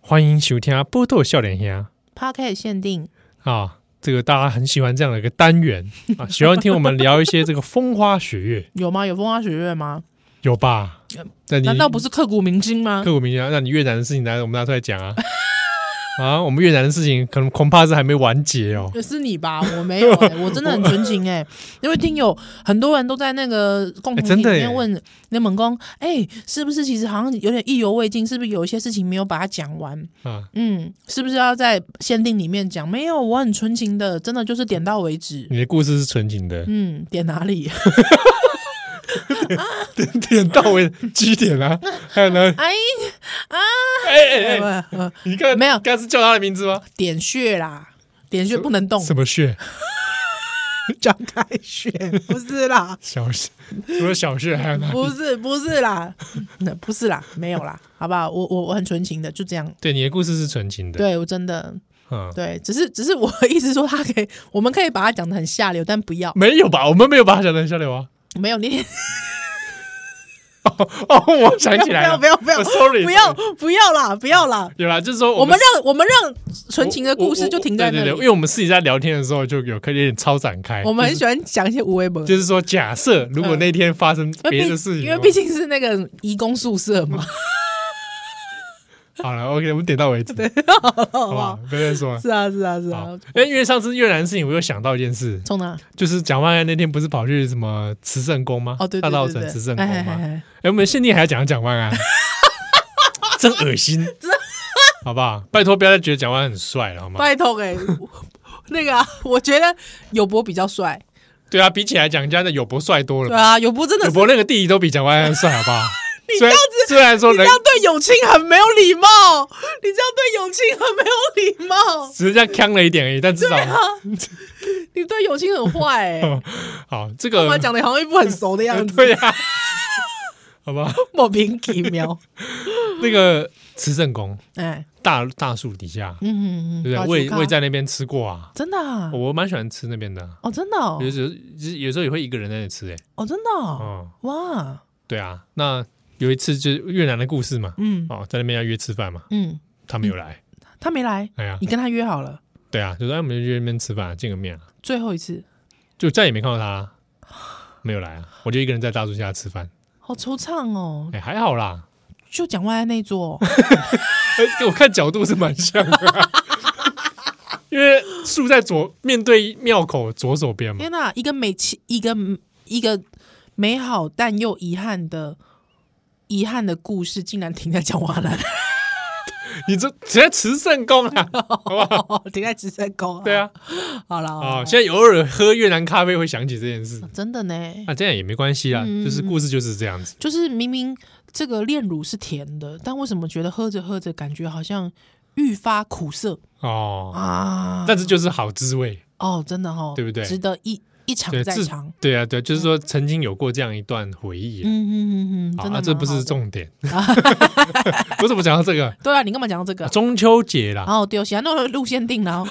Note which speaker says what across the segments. Speaker 1: 欢迎收听《波豆笑脸兄
Speaker 2: p o c a s t 限定，》
Speaker 1: 啊，这个大家很喜欢这样的一个单元啊，喜欢听我们聊一些这个风花雪月，
Speaker 2: 有吗？有风花雪月吗？
Speaker 1: 有吧？那你
Speaker 2: 难道不是刻骨铭心吗？
Speaker 1: 刻骨铭心啊？那你越南的事情拿我们拿出来讲啊啊，我们越南的事情可能恐怕是还没完结哦。
Speaker 2: 也是你吧，我 没有、欸，我真的很纯情哎、因为听友很多人都在那个共同
Speaker 1: 欸
Speaker 2: 体
Speaker 1: 真
Speaker 2: 里
Speaker 1: 的欸
Speaker 2: 面问那猛公，哎、是不是其实好像有点意犹未尽？是不是有一些事情没有把它讲完？
Speaker 1: 啊，
Speaker 2: 嗯，是不是要在限定里面讲？没有，我很纯情的，真的就是点到为止。
Speaker 1: 你的故事是纯情的，
Speaker 2: 嗯，点哪里？
Speaker 1: 点到位基点啊。还有呢？
Speaker 2: 哎
Speaker 1: 哎哎哎，
Speaker 2: 呃呃
Speaker 1: 你刚
Speaker 2: 没有
Speaker 1: 刚是叫他的名字吗？
Speaker 2: 点穴啦，点穴不能动，
Speaker 1: 什么穴？
Speaker 2: 哦张开穴 不是啦。
Speaker 1: 小穴？除了小穴还有哪？
Speaker 2: 不是不是啦， 嗯不是啦，没有啦，好不好？我我我很纯情的，就这样。
Speaker 1: 对，你的故事是纯情的。，
Speaker 2: 对我真的
Speaker 1: 嗯，
Speaker 2: 对，只是只是我的意思说，他可以，我们可以把它讲的很下流，但不要
Speaker 1: 没有吧？我们没有把它讲成下流啊。
Speaker 2: 没有你
Speaker 1: 哦，我想
Speaker 2: 不
Speaker 1: 起来
Speaker 2: 要
Speaker 1: 了，
Speaker 2: 不要不要
Speaker 1: 我 sorry，
Speaker 2: 不要不要啦不要啦，
Speaker 1: 有啦，就是说
Speaker 2: 我们让我们让纯情的故事就停在那
Speaker 1: 对对对因
Speaker 2: 里。
Speaker 1: 为我们私底下聊天的时候就有可以有点超展开，
Speaker 2: 我们很喜欢讲一些无微不
Speaker 1: 就是说假设如果那天发生别的事情，啊
Speaker 2: 因为毕竟是那个移工宿舍嘛，
Speaker 1: 好了，OK，我们点到 为止，
Speaker 2: 好
Speaker 1: 好
Speaker 2: 不
Speaker 1: 不好
Speaker 2: 好？？
Speaker 1: 不要再说了。
Speaker 2: 是啊是啊是嗯
Speaker 1: 好
Speaker 2: 啊，，
Speaker 1: 哎因为上次越南的事情，我又想到一件事，
Speaker 2: 冲哪？
Speaker 1: 就是蒋万安那天不是跑去什么慈圣宫吗？
Speaker 2: 哦对
Speaker 1: 大
Speaker 2: 对
Speaker 1: 稻
Speaker 2: 对
Speaker 1: 城
Speaker 2: 对
Speaker 1: 慈
Speaker 2: 对，
Speaker 1: 圣
Speaker 2: 哎
Speaker 1: 宫
Speaker 2: 哎哎
Speaker 1: 吗？
Speaker 2: 哎
Speaker 1: 哎，我们限定还要讲蒋万安，真恶心，好不好？拜托不要再觉得蒋万安很帅了，好吗？
Speaker 2: 拜托哎、我那个、啊、我觉得友博比较帅，
Speaker 1: 对啊，比起来讲，人家的友博帅多了
Speaker 2: 对
Speaker 1: 吧。
Speaker 2: 啊，友博真的
Speaker 1: 我
Speaker 2: 是
Speaker 1: 博那个弟弟都比蒋万安帅，好不好？
Speaker 2: 你
Speaker 1: 虽然虽然说
Speaker 2: 这
Speaker 1: 人
Speaker 2: 样对友情很没有礼貌，你这样对友情很没有礼貌，啊
Speaker 1: 只是这啊样呛了一点而已，但至少、
Speaker 2: 你对友情很 坏哎、欸，
Speaker 1: 好这
Speaker 2: 我
Speaker 1: 个
Speaker 2: 讲的好像一副很熟的样 子，
Speaker 1: 对啊，好吧？
Speaker 2: 莫名其妙。
Speaker 1: 那个慈圣宫
Speaker 2: 哎，
Speaker 1: 大大树底下，
Speaker 2: 嗯嗯嗯，
Speaker 1: 对不
Speaker 2: 好
Speaker 1: 对？我
Speaker 2: 去
Speaker 1: 也
Speaker 2: 看
Speaker 1: 我也在那边吃过啊，
Speaker 2: 真的啊、
Speaker 1: 我蛮喜欢吃那边的，啊
Speaker 2: 哦，真的哦
Speaker 1: 有，时候就是有时候也会一个人在那里吃、欸，
Speaker 2: 哦，真的
Speaker 1: 哎，
Speaker 2: 哦，
Speaker 1: 哦，
Speaker 2: 哇，
Speaker 1: 对啊，那有一次就是越南的故事嘛，
Speaker 2: 嗯
Speaker 1: 哦，在那边要约吃饭嘛，
Speaker 2: 嗯，
Speaker 1: 他没有来，
Speaker 2: 他没来，
Speaker 1: 哎呀
Speaker 2: 你，跟他约好了，
Speaker 1: 对啊，就说哎我们就约那边吃饭，见个面啊，
Speaker 2: 最后一次，
Speaker 1: 就再也没看到他啊，没有来啊，我就一个人在大树下吃饭，
Speaker 2: 好惆怅哦，
Speaker 1: 哎、还好啦，
Speaker 2: 就讲外那一桌哦、
Speaker 1: 呃我看角度是蛮像的 啊、因为树在左面对庙口左手边嘛
Speaker 2: 天，呐，一个美其一个一个美好但又遗憾的遗憾的故事，竟然停在讲完了，
Speaker 1: 你这直接慈圣宫啊，
Speaker 2: 停在直升宫。
Speaker 1: 对，啊，
Speaker 2: 好了，好
Speaker 1: 啊、
Speaker 2: 了
Speaker 1: 现在偶尔喝越南咖啡会想起这件事，
Speaker 2: 真的呢，
Speaker 1: 啊，这样也没关系啊，
Speaker 2: 嗯
Speaker 1: 就是故事就是这样子，
Speaker 2: 就是明明这个炼乳是甜的，但为什么觉得喝着喝着感觉好像愈发苦涩
Speaker 1: 哦，
Speaker 2: 啊？
Speaker 1: 但是就是好滋味，
Speaker 2: 哦，真的哦，
Speaker 1: 对不对
Speaker 2: 值得一一尝
Speaker 1: 对，
Speaker 2: 再
Speaker 1: 自
Speaker 2: 尝。
Speaker 1: 对啊，对，就是说曾经有过这样一段回忆啊。
Speaker 2: 嗯嗯嗯嗯嗯，
Speaker 1: 好
Speaker 2: 真的、
Speaker 1: 啊，这不是。重 点， 我怎么讲到这个？
Speaker 2: 对啊，你干嘛讲到这个？
Speaker 1: 中秋节啦，
Speaker 2: 哦，丢下那路线定 了哦，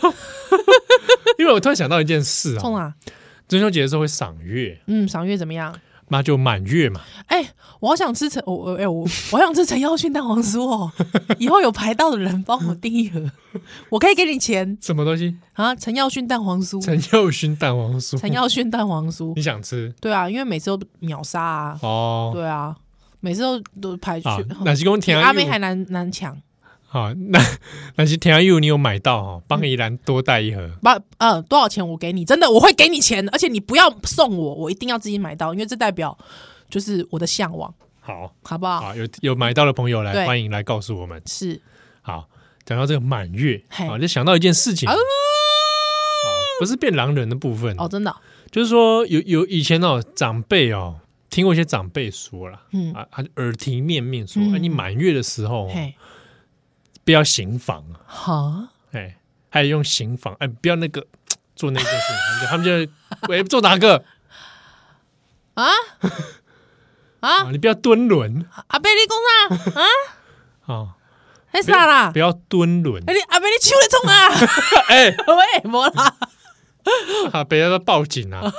Speaker 1: 因为我突然想到一件事
Speaker 2: 冲
Speaker 1: 啊，
Speaker 2: 啊！
Speaker 1: 中秋节的时候会赏月，
Speaker 2: 嗯，赏月怎么样？
Speaker 1: 那就满月嘛，
Speaker 2: 哎、我好想吃陈，我我哎我我好想吃陈耀迅蛋黄酥哦！以后有排到的人帮我订一盒，我可以给你钱
Speaker 1: 什么东西？
Speaker 2: 啊！陈耀迅蛋黄酥，
Speaker 1: 陈佑勋蛋黄酥，
Speaker 2: 陈耀迅蛋黄酥
Speaker 1: 你，想吃
Speaker 2: 对啊，因为每次都秒杀啊，
Speaker 1: 哦？
Speaker 2: 对啊，每次都都排去，
Speaker 1: 啊，哪些公
Speaker 2: 比
Speaker 1: 田
Speaker 2: 阿
Speaker 1: 阿
Speaker 2: 妹
Speaker 1: 佑
Speaker 2: 还难难抢。
Speaker 1: 好，那哪些田阿佑你有买到哦？帮宜兰多带一盒，
Speaker 2: 把呃多少钱我给你，真的我会给你钱，而且你不要送我，我一定要自己买到，因为这代表就是我的向往，
Speaker 1: 好
Speaker 2: 好不好？
Speaker 1: 好有有买到的朋友来
Speaker 2: 对
Speaker 1: 欢迎来告诉我们。
Speaker 2: 是
Speaker 1: 好，讲到这个满月，
Speaker 2: 嘿
Speaker 1: 啊，就想到一件事情，
Speaker 2: 啊
Speaker 1: 啊不是变狼人的部分，
Speaker 2: 哦，真的哦，
Speaker 1: 就是说有有以前哦长辈哦。听过一些长辈说了，
Speaker 2: 嗯
Speaker 1: 啊，他耳提面命说，
Speaker 2: 嗯
Speaker 1: 哎，你满月的时候哦
Speaker 2: 嘿，
Speaker 1: 不要行房啊，
Speaker 2: 好，
Speaker 1: 哎，还有用刑房，哎，不要那个做那件事，情， 他们就他们就哎做哪个
Speaker 2: 啊啊
Speaker 1: 啊？你不要蹲轮
Speaker 2: 阿贝你讲啥啊？
Speaker 1: 啊，
Speaker 2: 那啥啦
Speaker 1: 不？要蹲轮
Speaker 2: 哎，，你阿贝你手咧冲啊？
Speaker 1: 哎，
Speaker 2: 喂，无啦。
Speaker 1: 啊，不要报警啊！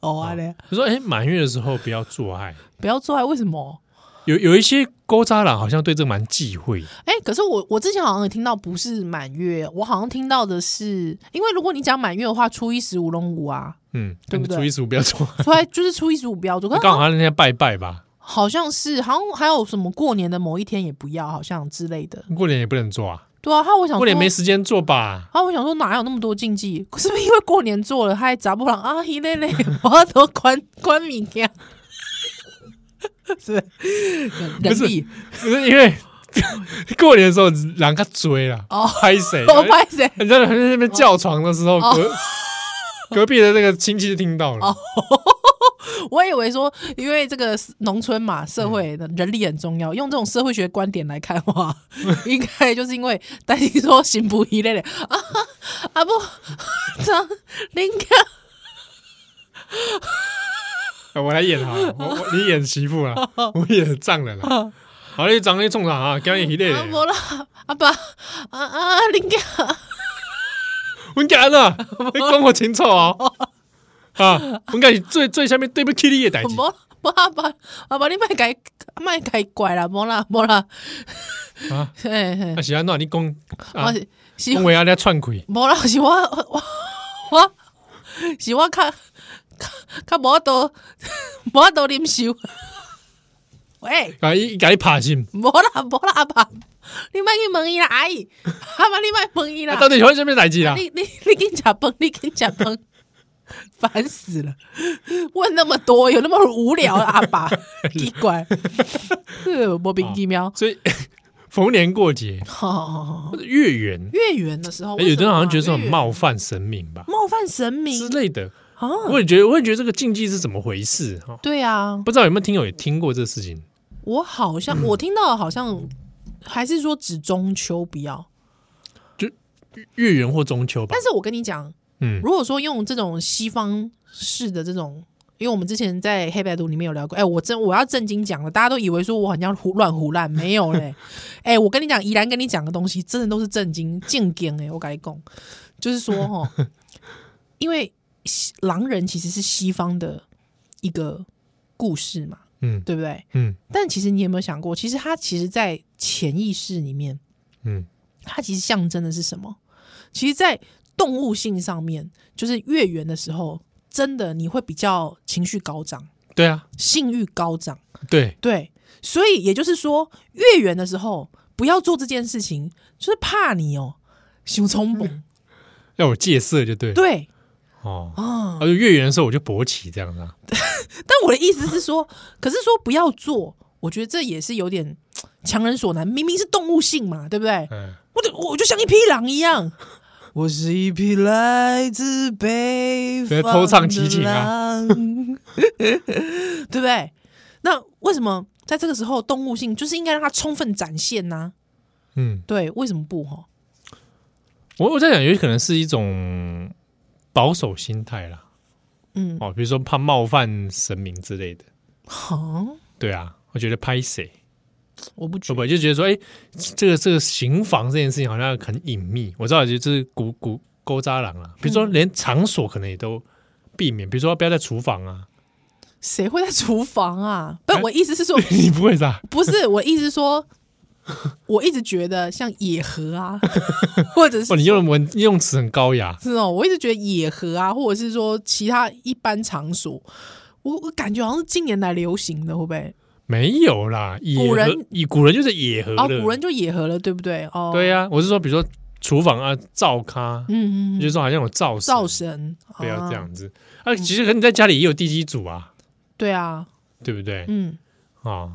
Speaker 2: 哦，安尼
Speaker 1: 他说，哎，满月的时候不要做爱，
Speaker 2: 不要做爱，为什么？
Speaker 1: 有有一些勾扎郎好像对这蛮忌讳的，
Speaker 2: 哎、可是我我之前好像也听到不是满月，我好像听到的是，因为如果你讲满月的话，初一十五龙舞啊，
Speaker 1: 嗯，
Speaker 2: 对不对
Speaker 1: 初一十五不要做，
Speaker 2: 出来就是初一十五不要做，可是
Speaker 1: 刚好那天拜拜吧，
Speaker 2: 好像是好像还有什么过年的某一天也不要，好像之类的。
Speaker 1: 过年也不能做啊，
Speaker 2: 对啊，他我想说
Speaker 1: 过年没时间做吧？
Speaker 2: 啊，我想说哪有那么多禁忌？可是因为过年做了，还砸不了啊，一类类， 我都关关明天，是不是人
Speaker 1: 不是
Speaker 2: 人力
Speaker 1: 不是因为 过年的时候人家追了，
Speaker 2: 哦
Speaker 1: 拍谁？
Speaker 2: 我拍谁？
Speaker 1: 人家在那边叫床的时候，
Speaker 2: 哦
Speaker 1: 隔隔壁的那个亲戚就听到了，
Speaker 2: 我以为说，因为这个农村嘛，
Speaker 1: 嗯
Speaker 2: 社会的人力很重要。用这种社会学观点来看的话， 应该就是因为担心说行不一类的啊啊不，张林哥
Speaker 1: 啊我来演好 了，我我你演媳妇啦，
Speaker 2: 哦
Speaker 1: 我演丈人啦。好，你长得冲上啊，今日一类
Speaker 2: 啊，，无啦，阿爸啊啊林哥，
Speaker 1: 阮家人啊，你讲我清楚哦。啊，我跟你最最下面对不起你的代志，
Speaker 2: 无无阿爸阿爸，你莫改莫改怪啦，无啦无啦，
Speaker 1: 啊
Speaker 2: 嘿嘿
Speaker 1: 啊，，是安怎你讲
Speaker 2: 我
Speaker 1: 啊，
Speaker 2: 是是
Speaker 1: 讲话安尼串开，
Speaker 2: 无啦，是我我 我是我较较较无多 无多啉酒。喂，
Speaker 1: 啊，伊甲你拍心，
Speaker 2: 无啦无啦阿爸，你莫去问伊啦阿姨，阿爸你莫问伊啦
Speaker 1: 啊，到底发生什么代志啦？
Speaker 2: 你你你紧食饭，你紧食饭，烦死了！问那么多，有那么无聊啊？阿 爸，奇怪，呃，莫名其妙。
Speaker 1: 所以 逢年过节
Speaker 2: 好，
Speaker 1: 或者月圆，
Speaker 2: 月圆的时候，
Speaker 1: 啊哎有的人好像觉得
Speaker 2: 这
Speaker 1: 说很冒犯神明吧
Speaker 2: 啊冒犯神
Speaker 1: 之
Speaker 2: 明
Speaker 1: 类的，
Speaker 2: 啊，
Speaker 1: 我也觉得，我也觉得这个禁忌是怎么回事哈？
Speaker 2: 对啊，
Speaker 1: 不知道有没有听友也听过这事情？
Speaker 2: 我好像、我听到的好像还是说指中秋不要，
Speaker 1: 月圆或中秋吧
Speaker 2: 但，是我跟你讲，
Speaker 1: 嗯，
Speaker 2: 如果说用这种西方式的这种，因为我们之前在黑白图里面有聊过，哎、我真我要正经讲了，大家都以为说我好像胡乱胡乱，没有嘞，哎、我跟你讲，宜兰跟你讲的东西真的都是正经正经哎，我跟你讲，就是说哈，因为西狼人其实是西方的一个故事嘛，
Speaker 1: 嗯
Speaker 2: 对不对？
Speaker 1: 嗯
Speaker 2: 但其实你有没有想过，其实它其实，在潜意识里面，
Speaker 1: 嗯，
Speaker 2: 它其实象征的是什么？其实，在动物性上面，就是月圆的时候，真的你会比较情绪高涨，
Speaker 1: 对啊，
Speaker 2: 性欲高涨，
Speaker 1: 对，
Speaker 2: 对。所以也就是说，月圆的时候不要做这件事情，就是怕你哦，熊冲动，
Speaker 1: 要我戒色就对，
Speaker 2: 对
Speaker 1: 哦，
Speaker 2: 啊。
Speaker 1: 而且月圆的时候我就勃起这样子啊，
Speaker 2: 但我的意思是说，可是说不要做，我觉得这也是有点强人所难，明明是动物性嘛，对不对？
Speaker 1: 嗯，
Speaker 2: 我就我就像一匹狼一样。我是一匹来自北
Speaker 1: 别偷唱啊齐秦
Speaker 2: 狼， 对不对？那为什么在这个时候动物性就是应该让它充分展现呢、
Speaker 1: 嗯，
Speaker 2: 对，为什么不哈？
Speaker 1: 我我在想，有可能是一种保守心态啦，
Speaker 2: 嗯，
Speaker 1: 哦，比如说怕冒犯神明之类的，
Speaker 2: 好，
Speaker 1: 对啊，我觉得拍谁
Speaker 2: 我不觉
Speaker 1: 会
Speaker 2: 得
Speaker 1: 不会就觉得说，哎、这个这个刑房这件事情好像很隐秘。我知道，就是古古勾渣郎啊，比如
Speaker 2: 嗯
Speaker 1: 说连场所可能也都避免，比如说不要在厨房啊，
Speaker 2: 谁会在厨房啊？不，
Speaker 1: 哎
Speaker 2: 我意思是说，
Speaker 1: 你不会吧？
Speaker 2: 不是我意思是说，我一直觉得像野河啊，或者是
Speaker 1: 哦，你用的文用词很高雅，
Speaker 2: 是哦，我一直觉得野河啊，或者是说其他一般场所，我我感觉好像是近年来流行的，会不会？
Speaker 1: 没有啦，野
Speaker 2: 古人
Speaker 1: 河以古人就是野河
Speaker 2: 哦，
Speaker 1: 的，
Speaker 2: 古人就野河了，对不对？哦，
Speaker 1: 对啊
Speaker 2: 呀、
Speaker 1: 呀、我是说，比如说厨房啊，灶咖，
Speaker 2: 嗯嗯
Speaker 1: 就
Speaker 2: 嗯，
Speaker 1: 是说好像有灶神
Speaker 2: 灶神
Speaker 1: 不要这，
Speaker 2: 啊
Speaker 1: 样子啊。其实可能你在家里也有地基组啊，
Speaker 2: 对啊，
Speaker 1: 对不对？
Speaker 2: 嗯，
Speaker 1: 啊。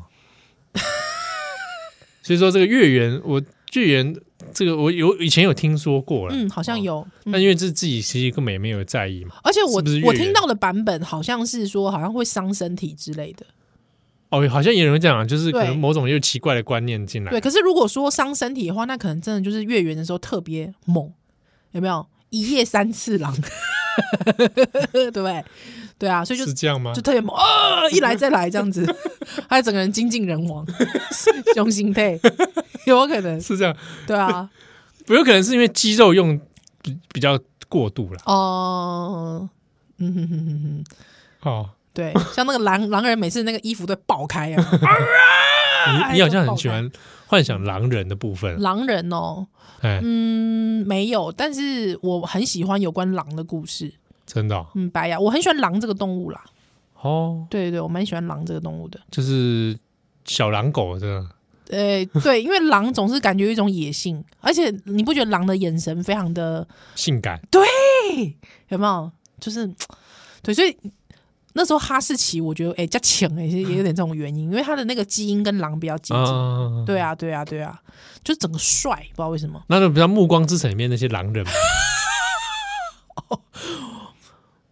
Speaker 1: 所以说这个月圆，我月圆这个我有以前有听说过了，
Speaker 2: 嗯，好像
Speaker 1: 哦，
Speaker 2: 有，嗯
Speaker 1: 但因为这自己其实根本也没有在意嘛。
Speaker 2: 而且我
Speaker 1: 是不是越
Speaker 2: 我
Speaker 1: 野
Speaker 2: 听到的版本好像是说，好像会伤身体之类的。
Speaker 1: 哦，好像也有人讲，就是可
Speaker 2: 对
Speaker 1: 能某种又奇怪的观念进来
Speaker 2: 对，，可是如果说伤身体的话，那可能真的就是月圆的时候特别猛，有没有？一夜三次郎， 对不对？对啊，所以就是
Speaker 1: 这样吗
Speaker 2: 就？特别猛 啊，一来再来这样子，他整个人精尽人亡， 雄心配，有可能，
Speaker 1: 是这样，
Speaker 2: 对啊，
Speaker 1: 不有可能是因为肌肉用比比较过度了。
Speaker 2: 哦、嗯哼哼哼哼，
Speaker 1: 哦，
Speaker 2: 对，像那个狼狼人每次那个衣服都会爆开啊，啊
Speaker 1: 你你好像很喜欢幻想狼人的部分，
Speaker 2: 狼人哦，
Speaker 1: 哎，
Speaker 2: 嗯，没有，但是我很喜欢有关狼的故事。
Speaker 1: 真的哦
Speaker 2: 嗯，白牙，我很喜欢狼这个动物啦。
Speaker 1: 哦，
Speaker 2: 对对，我蛮喜欢狼这个动物的。
Speaker 1: 就是小狼狗真的，
Speaker 2: 呃，对，因为狼总是感觉有一种野性，而且你不觉得狼的眼神非常的
Speaker 1: 性感，
Speaker 2: 有没有？就是对，所以那时候哈士奇，我觉得哎加强哎，也有点这种原因，因为它的那个基因跟狼比较接近。
Speaker 1: 啊，
Speaker 2: 对啊，对啊，对啊，就整个帅，不知道为什么。
Speaker 1: 那就比较《暮光之城》里面那些狼 人嘛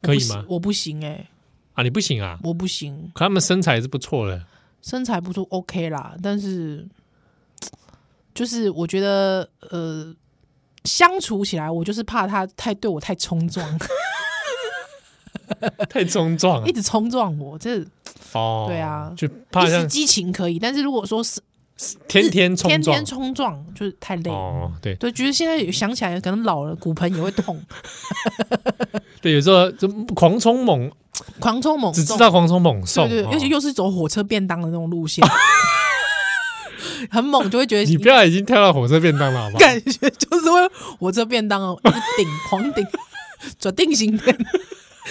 Speaker 1: 可以吗？
Speaker 2: 我不行哎、
Speaker 1: 啊，你不行啊，
Speaker 2: 我不行，
Speaker 1: 可他们身材还是不错 的，
Speaker 2: 身材不错 OK 啦，但是就是我觉得呃，相处起来我就是怕他太对我太冲撞，
Speaker 1: 太冲撞了
Speaker 2: 一直冲撞我，这
Speaker 1: 哦。
Speaker 2: 对啊
Speaker 1: 就怕
Speaker 2: 一时
Speaker 1: 像
Speaker 2: 激情可以，但是如果说是
Speaker 1: 天天冲
Speaker 2: 天
Speaker 1: 撞，
Speaker 2: 天冲撞，就是太累了。
Speaker 1: 哦，对
Speaker 2: 对，觉得现在有想起来，可能老了骨盆也会 痛，
Speaker 1: 对，有时候就狂冲猛，
Speaker 2: 狂冲猛
Speaker 1: 只
Speaker 2: 送，
Speaker 1: 知道狂冲猛送，
Speaker 2: 对对，
Speaker 1: 哦
Speaker 2: 尤其又是走火车便当的那种 路线，很猛，就会觉得
Speaker 1: 你不要已经跳到火车便当了，好不好？
Speaker 2: 感觉就是会我这便当哦，一直顶狂顶， 转定型的，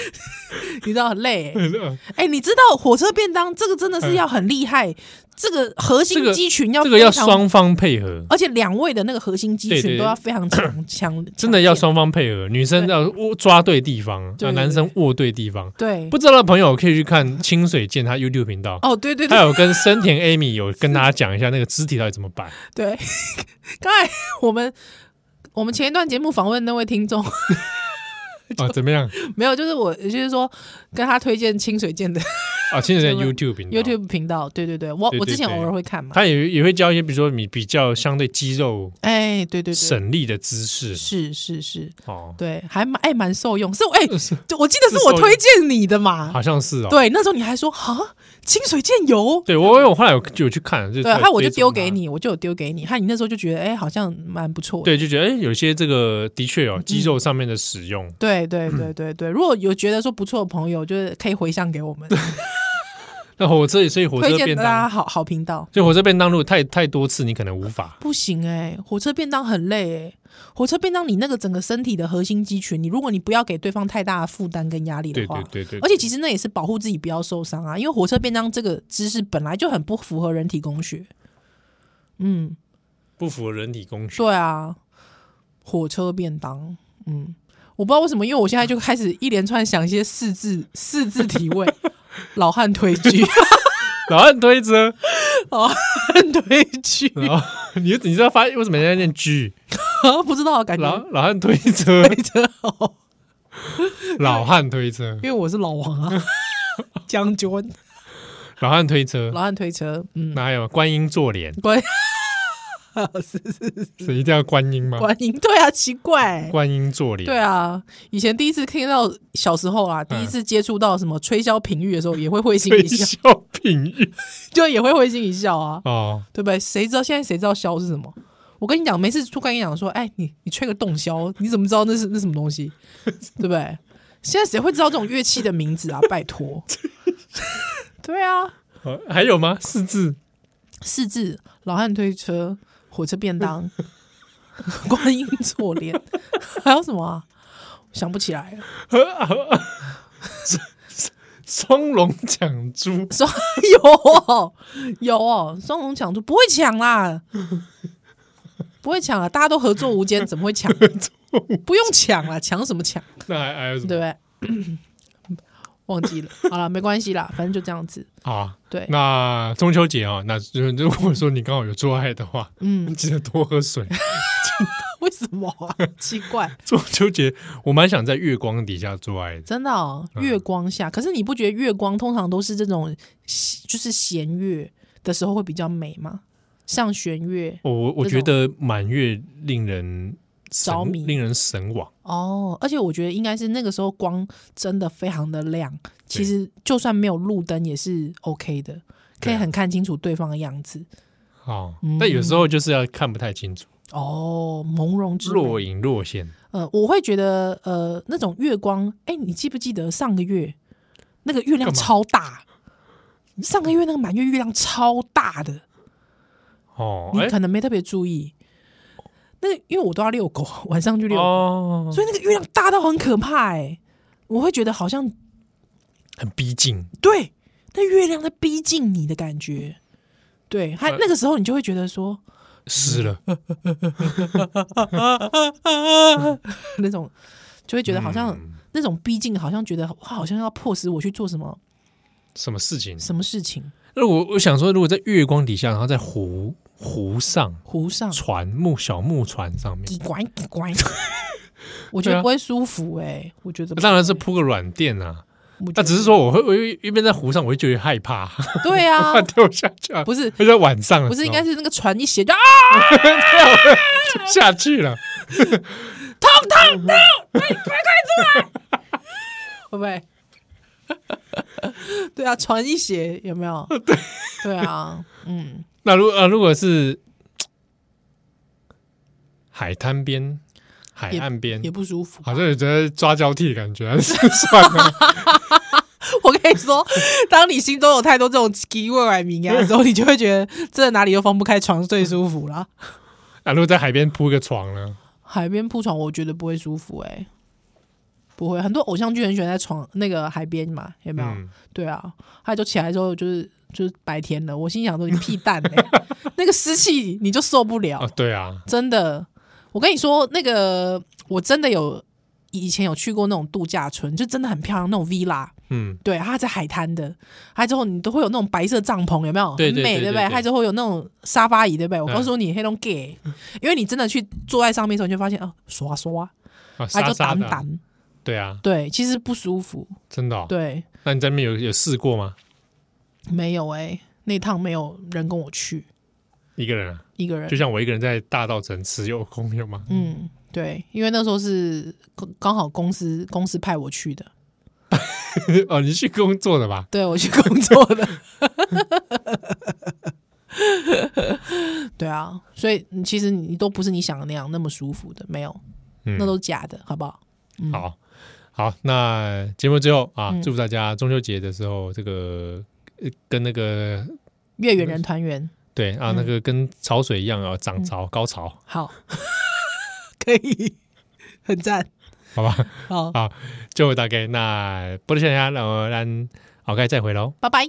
Speaker 2: 你知道很累欸、哎、你知道火车便当这个真的是要很厉害，这个核
Speaker 1: 嗯这个
Speaker 2: 心肌群 要
Speaker 1: 这个要
Speaker 2: 非常，
Speaker 1: 双方配合，
Speaker 2: 而且两位的那个核心肌
Speaker 1: 对对
Speaker 2: 群
Speaker 1: 对
Speaker 2: 都要非常强强，
Speaker 1: 真的要
Speaker 2: 强健
Speaker 1: 双方配合，女生
Speaker 2: 对
Speaker 1: 要握抓对地方，
Speaker 2: 对
Speaker 1: 要
Speaker 2: 对
Speaker 1: 男生握对地方。
Speaker 2: 对
Speaker 1: 不知道的朋友可以去看清水健他 YouTube 频道。
Speaker 2: 哦，对对
Speaker 1: 他
Speaker 2: 对
Speaker 1: 有跟森田 Amy 有跟大家讲一下那个肢体到底怎么 摆，
Speaker 2: 对，刚才我们我们前一段节目访问那位听众，
Speaker 1: 啊，怎么 样
Speaker 2: 没有，就是我就是说跟他推荐清水健的
Speaker 1: 啊？清水健
Speaker 2: 这个
Speaker 1: YouTube 频道
Speaker 2: YouTube 频道，对对对，我
Speaker 1: 对对
Speaker 2: 我之前
Speaker 1: 对
Speaker 2: 偶尔会看嘛，
Speaker 1: 他也也会教一些，比如说你比较相对肌肉
Speaker 2: 哎，对对对。
Speaker 1: 省力的姿势
Speaker 2: 是是是，
Speaker 1: 哦，
Speaker 2: 对，还蛮哎蛮受用。是我哎，
Speaker 1: 是
Speaker 2: 就我记得是我推荐你的嘛。
Speaker 1: 好像是哦。
Speaker 2: 对，那时候你还说啊，清水健油。
Speaker 1: 对，我我后来有有去看，就
Speaker 2: 对，还有我就
Speaker 1: 追踪
Speaker 2: 丢
Speaker 1: 他
Speaker 2: 给，你，我就有丢给你。还有你那时候就觉得，哎，好像蛮不错的。
Speaker 1: 对，就觉得哎，有些这个的确
Speaker 2: 嗯
Speaker 1: 哦，肌肉上面的使用，
Speaker 2: 对对 对对对，如果有觉得说不错的朋友，就是可以回向给我们，
Speaker 1: 那火车所以火车
Speaker 2: 推荐啊
Speaker 1: 便
Speaker 2: 大家
Speaker 1: 当，
Speaker 2: 好好频道。
Speaker 1: 所以火车便当如果太太多次，你可能无法。
Speaker 2: 不行哎、火车便当很累哎、火车便当你那个整个身体的核心肌群，你如果你不要给对方太大的负担跟压力的
Speaker 1: 对
Speaker 2: 话
Speaker 1: 对，对对，
Speaker 2: 而且其实那也是保护自己不要受伤啊，因为火车便当这个姿势本来就很不符合人体工学。嗯，
Speaker 1: 不符合人体工学。
Speaker 2: 对啊，火车便当，嗯，我不知道为什么，因为我现在就开始一连串想一些四字 四字体位，老汉推举，
Speaker 1: 老汉推车，
Speaker 2: 老汉推举，
Speaker 1: 然后你你知道发为什么人家念 G？
Speaker 2: 啊不知道感
Speaker 1: 老
Speaker 2: 觉
Speaker 1: 老汉推 车，
Speaker 2: 推车哦，
Speaker 1: 老汉推车
Speaker 2: 因，为我是老 王啊，将军，
Speaker 1: 老汉推车
Speaker 2: 老，汉推车，嗯，
Speaker 1: 哪还有观音坐莲？
Speaker 2: 观是是
Speaker 1: 是一定要观音吗？
Speaker 2: 嗯观音，对啊，奇怪、
Speaker 1: 观音坐莲，
Speaker 2: 对啊，以前第一次听到小时候啊，第一次接触到什么吹箫评玉的时候，也会会心
Speaker 1: 推
Speaker 2: 一笑，
Speaker 1: 销品玉
Speaker 2: 就也会会心一笑啊，
Speaker 1: 哦，
Speaker 2: 对不对？谁知道现在谁知道箫是什么？我跟你讲，每次突然跟你讲说，哎，你你吹个洞箫，你怎么知道那是那什么东西？对不对？现在谁会知道这种乐器的名字啊？拜托， 对啊，
Speaker 1: 哦还有吗？四字
Speaker 2: 四字老汉推车、火车便当、 观音坐莲， 还有什么啊？想不起来了。
Speaker 1: 双龙抢珠，
Speaker 2: 双 有哦，有哦，双龙抢珠不会抢啦，不会抢啊！大家都合作无间，怎么会抢？不用抢啦，抢什么抢？
Speaker 1: 那还还有什
Speaker 2: 对不
Speaker 1: 么
Speaker 2: 对？忘记了，好了，没关系啦，反正就这样子。
Speaker 1: 啊？
Speaker 2: 对，
Speaker 1: 那中秋节啊，那如如果说你刚好有做爱的话，
Speaker 2: 嗯，
Speaker 1: 记得多喝水。
Speaker 2: 为什么啊？奇怪，
Speaker 1: 中秋节我蛮想在月光底下做爱的，
Speaker 2: 真的哦，月光下，可是你不觉得月光通常都是这种就是弦乐的时候会比较美吗？像弦乐
Speaker 1: 我我我觉得满月令人神
Speaker 2: 着迷
Speaker 1: 令人神往。
Speaker 2: 哦，而且我觉得应该是那个时候光真的非常的亮，其
Speaker 1: 对
Speaker 2: 实就算没有路灯也是 OK 的，可
Speaker 1: 对
Speaker 2: 以
Speaker 1: 啊
Speaker 2: 很看清楚对方的样子。
Speaker 1: 哦
Speaker 2: 嗯，
Speaker 1: 但有时候就是要看不太清楚，
Speaker 2: 哦，朦胧之
Speaker 1: 若
Speaker 2: 美。
Speaker 1: 隐若现。
Speaker 2: 呃，我会觉得呃，那种月光，哎，你记不记得上个月那个月亮
Speaker 1: 干嘛
Speaker 2: 超大？上个月那个满月月亮超大的，
Speaker 1: 哦，
Speaker 2: 你
Speaker 1: 哎
Speaker 2: 可能没特别注意。那个因为我都要遛狗， 晚上去遛狗，
Speaker 1: 哦，
Speaker 2: 所以那个月亮大到很可怕哎、我会觉得好像
Speaker 1: 很逼近，
Speaker 2: 对，那月亮在逼近你的感觉。对，还
Speaker 1: 呃
Speaker 2: 那个时候你就会觉得说，
Speaker 1: 湿了，
Speaker 2: 嗯那种就会觉得好像、
Speaker 1: 嗯
Speaker 2: 那种逼近，好像觉得哇好像要迫使我去做什么
Speaker 1: 什么事情？
Speaker 2: 什么事情。
Speaker 1: 那我我想说，如果在月光底下，然后在湖湖上
Speaker 2: 湖上
Speaker 1: 船木小木船上面，
Speaker 2: 叽拐叽拐，
Speaker 1: 啊
Speaker 2: 我觉得不会舒服哎、我觉得不
Speaker 1: 当然是
Speaker 2: 会，
Speaker 1: 铺个软垫啊。
Speaker 2: 我觉
Speaker 1: 那
Speaker 2: 得
Speaker 1: 只是说我会，我一一边在湖上，我会觉得害怕，
Speaker 2: 对啊，
Speaker 1: 怕掉下去啊。
Speaker 2: 不是
Speaker 1: 会在晚上的时候，
Speaker 2: 不是应该是那个船一斜就啊，
Speaker 1: 下去了？
Speaker 2: 会不会？ 对啊，船一斜有 没有？对对啊，嗯，
Speaker 1: 那如呃，如果是海滩边、海岸边
Speaker 2: 也，不舒服。
Speaker 1: 好像有觉得抓交替的感 觉，还 是算了。
Speaker 2: 我跟你说，当你心中有太多这种奇怪怪名啊的时候，你就会觉得这哪里都放不开，床最舒服啦。
Speaker 1: 那如果在海边铺个床呢？
Speaker 2: 海边铺床，我觉得不会舒服哎、不会。很多偶像剧很喜欢在床那个海边嘛，有没有？
Speaker 1: 嗯，
Speaker 2: 对啊，还有就起来之后就是就是白天了，我心想说你屁蛋欸那个湿气你就受不了，
Speaker 1: 哦，对啊，
Speaker 2: 真的。我跟你说，那个我真的有以前有去过那种度假村，就真的很漂亮那种 villa，
Speaker 1: 嗯，
Speaker 2: 对，它在海滩的，它之后你都会有那种白色帐篷，有没有？
Speaker 1: 对对
Speaker 2: 很美，
Speaker 1: 对
Speaker 2: 对不
Speaker 1: 对
Speaker 2: 对？
Speaker 1: 对
Speaker 2: 它之后有那种沙发椅，对不对？我
Speaker 1: 嗯
Speaker 2: 告诉你，黑龙 gay，因为你真的去坐在上面的时候，你就发现哦，刷刷，
Speaker 1: 啊，
Speaker 2: 它
Speaker 1: 沙
Speaker 2: 就
Speaker 1: 沙
Speaker 2: 挡
Speaker 1: 的啊，
Speaker 2: 挡，
Speaker 1: 对啊，
Speaker 2: 对，其实不舒服，
Speaker 1: 真的哦。
Speaker 2: 对，
Speaker 1: 那你在那边有有试过吗？
Speaker 2: 没有哎、那趟没有人跟我去，
Speaker 1: 一个人啊，
Speaker 2: 一个人
Speaker 1: 就，像我一个人在大道城吃有空有吗？
Speaker 2: 嗯，对，因为那时候是刚刚好公司公司派我去的，
Speaker 1: 哦，你去工作的吧？
Speaker 2: 对我去工作 的。对啊，所以你其实你都不是你想的那样那么舒服的，没有，
Speaker 1: 嗯
Speaker 2: 那都是假的，好不好？嗯
Speaker 1: 好好，那节目最后啊，
Speaker 2: 嗯
Speaker 1: 祝福大家中秋节的时候，这个呃跟那个
Speaker 2: 月圆人团圆，
Speaker 1: 对啊，
Speaker 2: 嗯
Speaker 1: 那个跟潮水一样啊，涨潮高潮，
Speaker 2: 好，可以，很赞，
Speaker 1: 好吧？
Speaker 2: 好，
Speaker 1: 好，就大概那不如先下，那我们咱后盖再回喽。
Speaker 2: 拜拜。